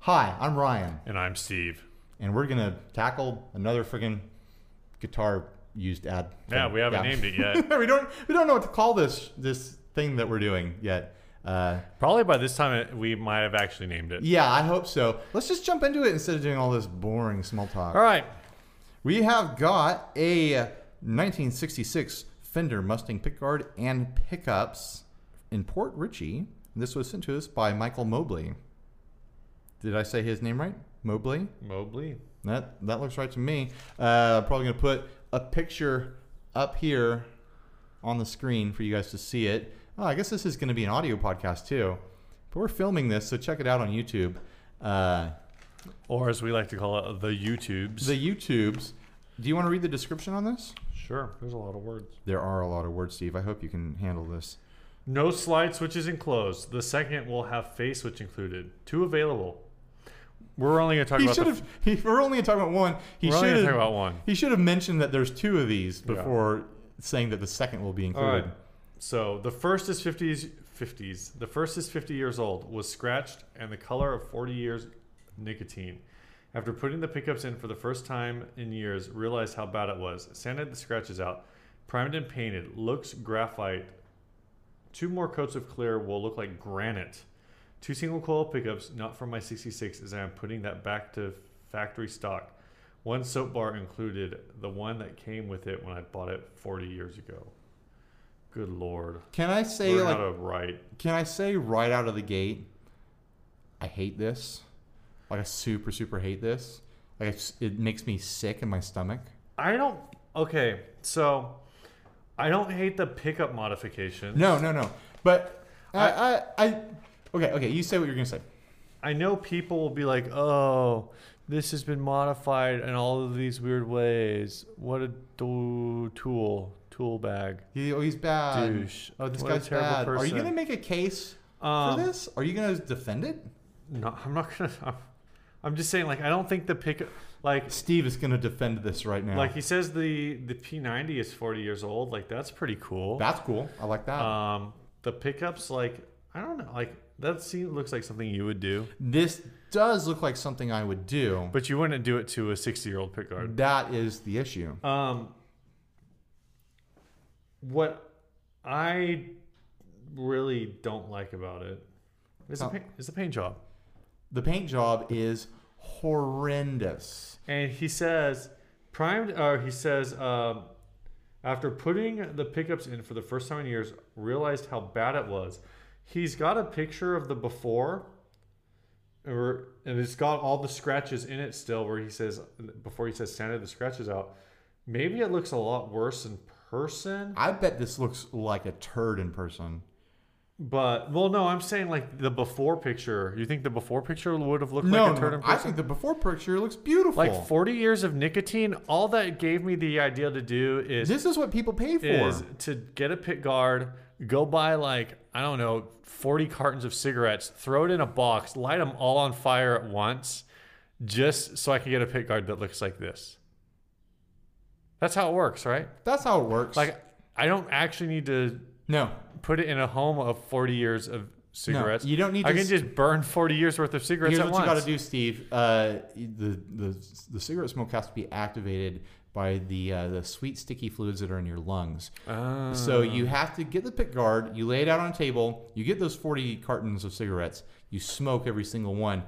Hi, I'm Ryan, And I'm Steve. and we're gonna tackle another freaking guitar used ad. Yeah, thing. we haven't named it yet. we don't we don't know what to call this this thing that we're doing yet. Uh, Probably by this time it, we might have actually named it. yeah, I hope so. Let's just jump into it instead of doing all this boring small talk. All right. We have got a 1966 Fender Mustang pickguard and pickups in Port Richey. This was sent to us by Michael Mobley. Did I say his name right? Mobley? Mobley. That that looks right to me. Uh, probably gonna put a picture up here on the screen for you guys to see it. Oh, I guess this is gonna be an audio podcast too, but we're filming this, so check it out on YouTube. Uh, Or as we like to call it, the YouTubes. the YouTubes. Do you want to read the description on this? sure, there's a lot of words. There are a lot of words, Steve. I hope you can handle this. No slide switches enclosed. The second will have face switch included. Two available. We're only going to talk He about should the- have. He, we're only talking about one. He We're only should going to have. talk about one. He should have mentioned that there's two of these Yeah. before saying that the second will be All included. right. So the first is 50s 50s. The first is 50 years old was scratched and the color of 40 years nicotine. After putting the pickups in for the first time in years, realized how bad it was. Sanded the scratches out, primed and painted. Looks graphite. Two more coats of clear will look like granite. Two single coil pickups, not from my 66, as I am putting that back to factory stock. One soap bar included, the one that came with it when I bought it 40 years ago. Good lord. Can I say Learn like how to write. Can I say right out of the gate, I hate this. Like I super super hate this. Like it's, it makes me sick in my stomach. I don't. Okay, so I don't hate the pickup modifications. No, no, no. But I I, I okay okay. You say what you're gonna say. I know people will be like, "Oh, this has been modified in all of these weird ways. What a do- tool, tool bag, He, oh, he's bad. douche." Oh, this What a guy's terrible bad. Are you person. gonna make a case Um, for this? Are you gonna defend it? No, I'm not gonna. I'm, I'm just saying, like, I don't think the pickup, like, Steve is gonna defend this right now. like he says the the P90 is 40 years old. Like, that's pretty cool. that's cool. I like that. Um, the pickups, like, I don't know, like that seems looks like something you would do, this does look like something I would do. but you wouldn't do it to a 60 year old pickguard. That is the issue. Um, what I really don't like about it is Oh. the paint, is the paint job. The paint job is horrendous. And he says, primed, or he says, um, after putting the pickups in for the first time in years, realized how bad it was. He's got a picture of the before, or, and it's got all the scratches in it still, where he says, before he says, sanded the scratches out. Maybe it looks a lot worse in person. I bet this looks like a turd in person. But well, no, I'm saying like the before picture. You think the before picture would have looked no, like a turd no, in I person? think the before picture looks beautiful. like 40 years of nicotine. All that gave me the idea to do is this is what people pay for. is to get a pit guard, go buy like I don't know 40 cartons of cigarettes, throw it in a box, light them all on fire at once, just so I can get a pit guard that looks like this. That's how it works, right? That's how it works. Like I don't actually need to no, put it in a home of 40 years of cigarettes. you don't need I to can s- just burn 40 years worth of cigarettes here's at what you once. got to do, Steve. Uh, the the the cigarette smoke has to be activated by the uh, the sweet sticky fluids that are in your lungs. Ah. So you have to get the pick guard, you lay it out on a table, you get those 40 cartons of cigarettes, you smoke every single one,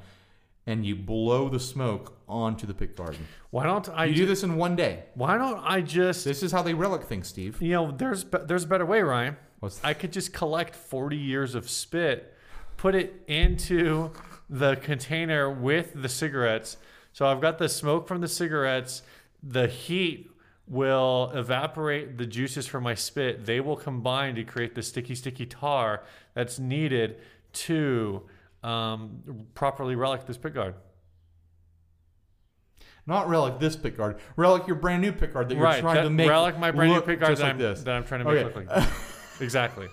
and you blow the smoke onto the pick guard. why don't I? You ju- do this in one day. why don't I just? This is how they relic things, Steve. you know, there's be- there's a better way, Ryan. What's I could just collect 40 years of spit, put it into the container with the cigarettes. So I've got the smoke from the cigarettes. The heat will evaporate the juices from my spit. They will combine to create the sticky, sticky tar that's needed to um, properly relic this pit guard. Not relic this pick guard. Relic your brand new pick guard that you're right. trying that- to make. relic my brand new look pit guard just that, like I'm, this. that I'm trying to make Okay. look like this. Exactly.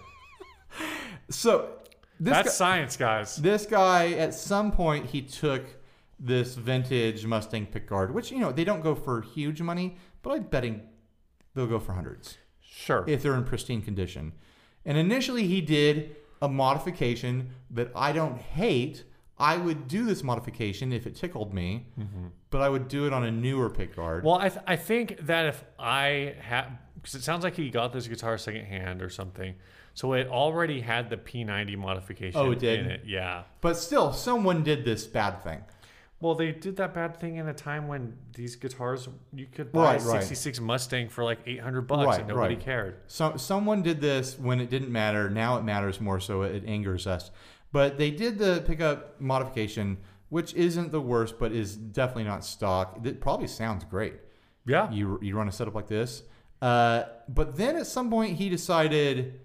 So this that's guy, science, guys. this guy at some point he took this vintage Mustang pick guard, which you know they don't go for huge money, but I'm betting they'll go for hundreds Sure. if they're in pristine condition. And initially he did a modification that I don't hate. I would do this modification if it tickled me, Mm-hmm. but I would do it on a newer pickguard. Well, I, th- I think that if I had, because it sounds like he got this guitar secondhand or something, so it already had the P90 modification. Oh, it did? In it. Yeah. but still, someone did this bad thing. Well, they did that bad thing in a time when these guitars you could buy a Right, right. 66 Mustang for like 800 bucks Right, and nobody right. cared. So, someone did this when it didn't matter. Now it matters more, so it angers us. But they did the pickup modification, which isn't the worst, but is definitely not stock. It probably sounds great. Yeah. You you run a setup like this. Uh, but then at some point he decided,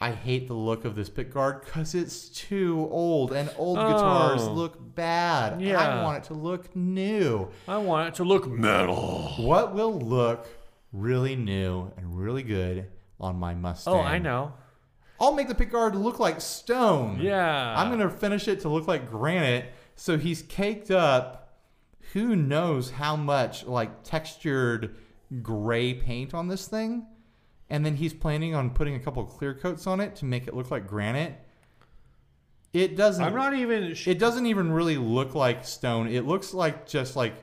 I hate the look of this pick guard because it's too old, and old guitars Oh. look bad. I Yeah. want it to look new. I want it to look metal. What will look really new and really good on my Mustang? Oh, I know. I'll make the pickguard look like stone. Yeah. I'm gonna finish it to look like granite. So he's caked up. Who knows how much like textured gray paint on this thing? And then he's planning on putting a couple of clear coats on it to make it look like granite. It doesn't. I'm not even. Sh- it doesn't even really look like stone. It looks like just like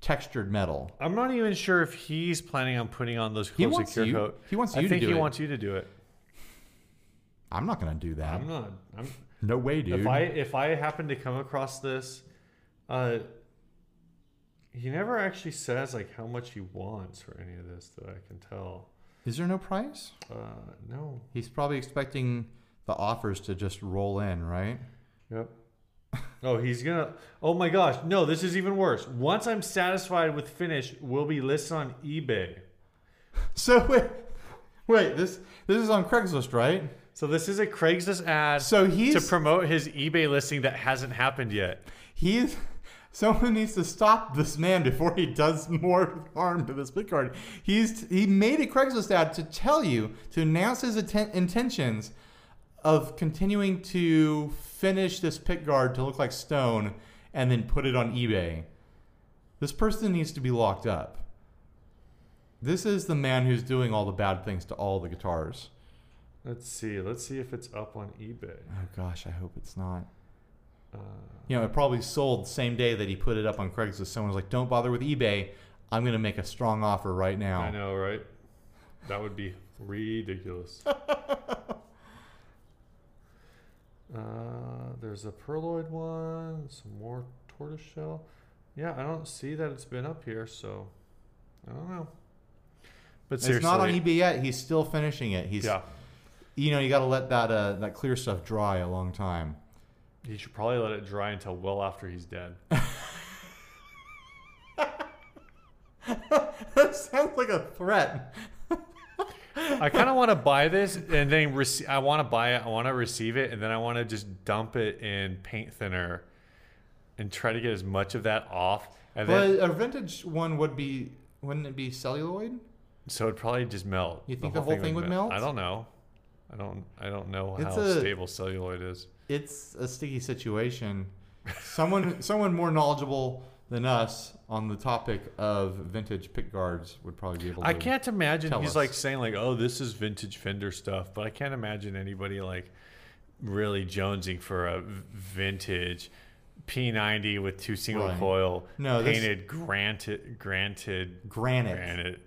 textured metal. I'm not even sure if he's planning on putting on those He clothes wants secure you- coat. he wants I you to think do he it. wants you to do it. I'm not gonna do that. I'm not. I'm. no way, dude. If I if I happen to come across this, uh, he never actually says like how much he wants for any of this that I can tell. Is there no price? Uh, no. He's probably expecting the offers to just roll in, right? Yep. Oh, he's gonna. Oh my gosh! No, this is even worse. Once I'm satisfied with finish, will be listed on eBay. So wait, wait, this this is on Craigslist, right? So this is a Craigslist ad So to he's promote his eBay listing that hasn't happened yet. he's someone needs to stop this man before he does more harm to this big card. He's he made a Craigslist ad to tell you to announce his atten- intentions of continuing to finish this pick guard to look like stone and then put it on eBay. This person needs to be locked up. This is the man who's doing all the bad things to all the guitars. Let's see. Let's see if it's up on eBay. Oh gosh, I hope it's not. Uh, You know, it probably sold the same day that he put it up on Craigslist. Someone was like, "Don't bother with eBay. I'm going to make a strong offer right now." I know, right? That would be ridiculous. uh, there's a perloid one, some more tortoiseshell. Yeah, I don't see that it's been up here, so I don't know. But seriously, It's not on eBay yet. He's still finishing it. He's, Yeah, you know, you got to let that uh, that clear stuff dry a long time. he should probably let it dry until well after he's dead. that sounds like a threat. I kind of want to buy this and then rece- I want to buy it. I want to receive it, and then I want to just dump it in paint thinner and try to get as much of that off. And then, But a vintage one would be, wouldn't it be celluloid? so it'd probably just melt. You think the whole thing would melt? I don't know. I don't. I don't know It's how a- stable celluloid is. It's a sticky situation. Someone, someone more knowledgeable than us on the topic of vintage pick guards would probably be able. to I can't imagine tell he's us. like saying like, "Oh, this is vintage Fender stuff," but I can't imagine anybody like really jonesing for a v- vintage P90 with two single Right. coil No, this- painted granted granted Granite. granite.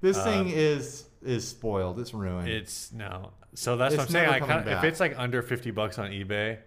This Uh, thing is is spoiled. It's ruined. It's no. So that's what It's I'm saying. never I coming kinda, if back. it's like under fifty bucks on eBay,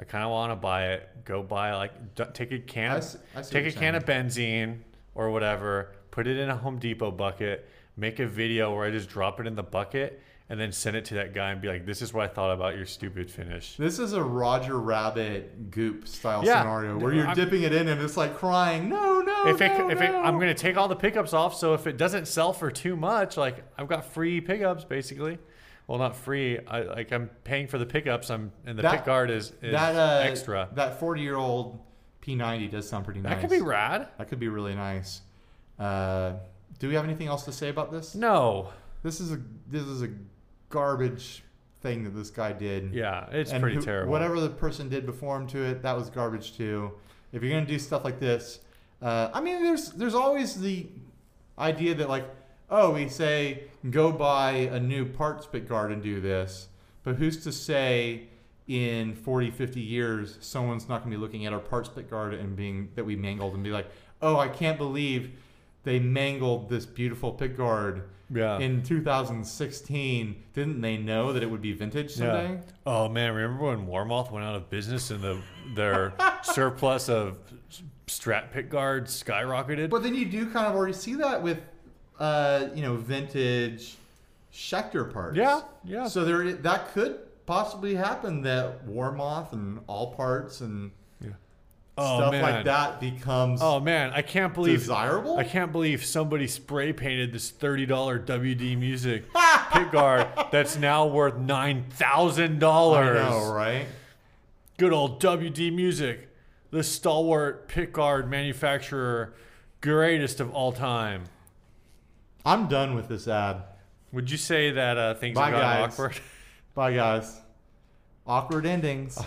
I kind of want to buy it. Go buy like d- take a can I of, s- I see take a what you're can of benzene or whatever. Put it in a Home Depot bucket. Make a video where I just drop it in the bucket and then send it to that guy and be like, "This is what I thought about your stupid finish." this is a Roger Rabbit goop style Yeah. scenario where you're I'm- dipping it in and it's like crying, no, no, if it, Oh, no, if it, no." I'm gonna take all the pickups off, so if it doesn't sell for too much, like I've got free pickups basically. Well, not free. I like I'm paying for the pickups. I'm and the That- pick guard is, is that uh, extra. That 40 year old P90 does sound pretty nice. That could be rad. that could be really nice. Uh, do we have anything else to say about this? No, This is a this is a garbage thing that this guy did. yeah, it's And pretty who- terrible. Whatever the person did before him to it, that was garbage too. If you're gonna do stuff like this, uh, I mean, there's there's always the idea that like, oh, we say go buy a new parts pick guard and do this, but who's to say in 40, 50 years, someone's not going to be looking at our parts pick guard and being that we mangled and be like, oh, I can't believe they mangled this beautiful pick guard Yeah. in 2016. Didn't they know that it would be vintage someday? Oh man, remember when Warmoth went out of business and the their surplus of strap pit guards skyrocketed? But then you do kind of already see that with, uh, you know, vintage Schecter parts. yeah, yeah. So there, i- that could possibly happen that Warmoth and all parts and oh stuff man. like that becomes Oh man, I can't believe desirable. I can't believe somebody spray painted this thirty dollar WD music pit guard that's now worth nine thousand I dollars. know, right? Good old WD music, the stalwart pit guard manufacturer, greatest of all time. I'm done with this ad. Would you say that uh, things Bye, have gotten guys. awkward? Bye, guys. Awkward endings.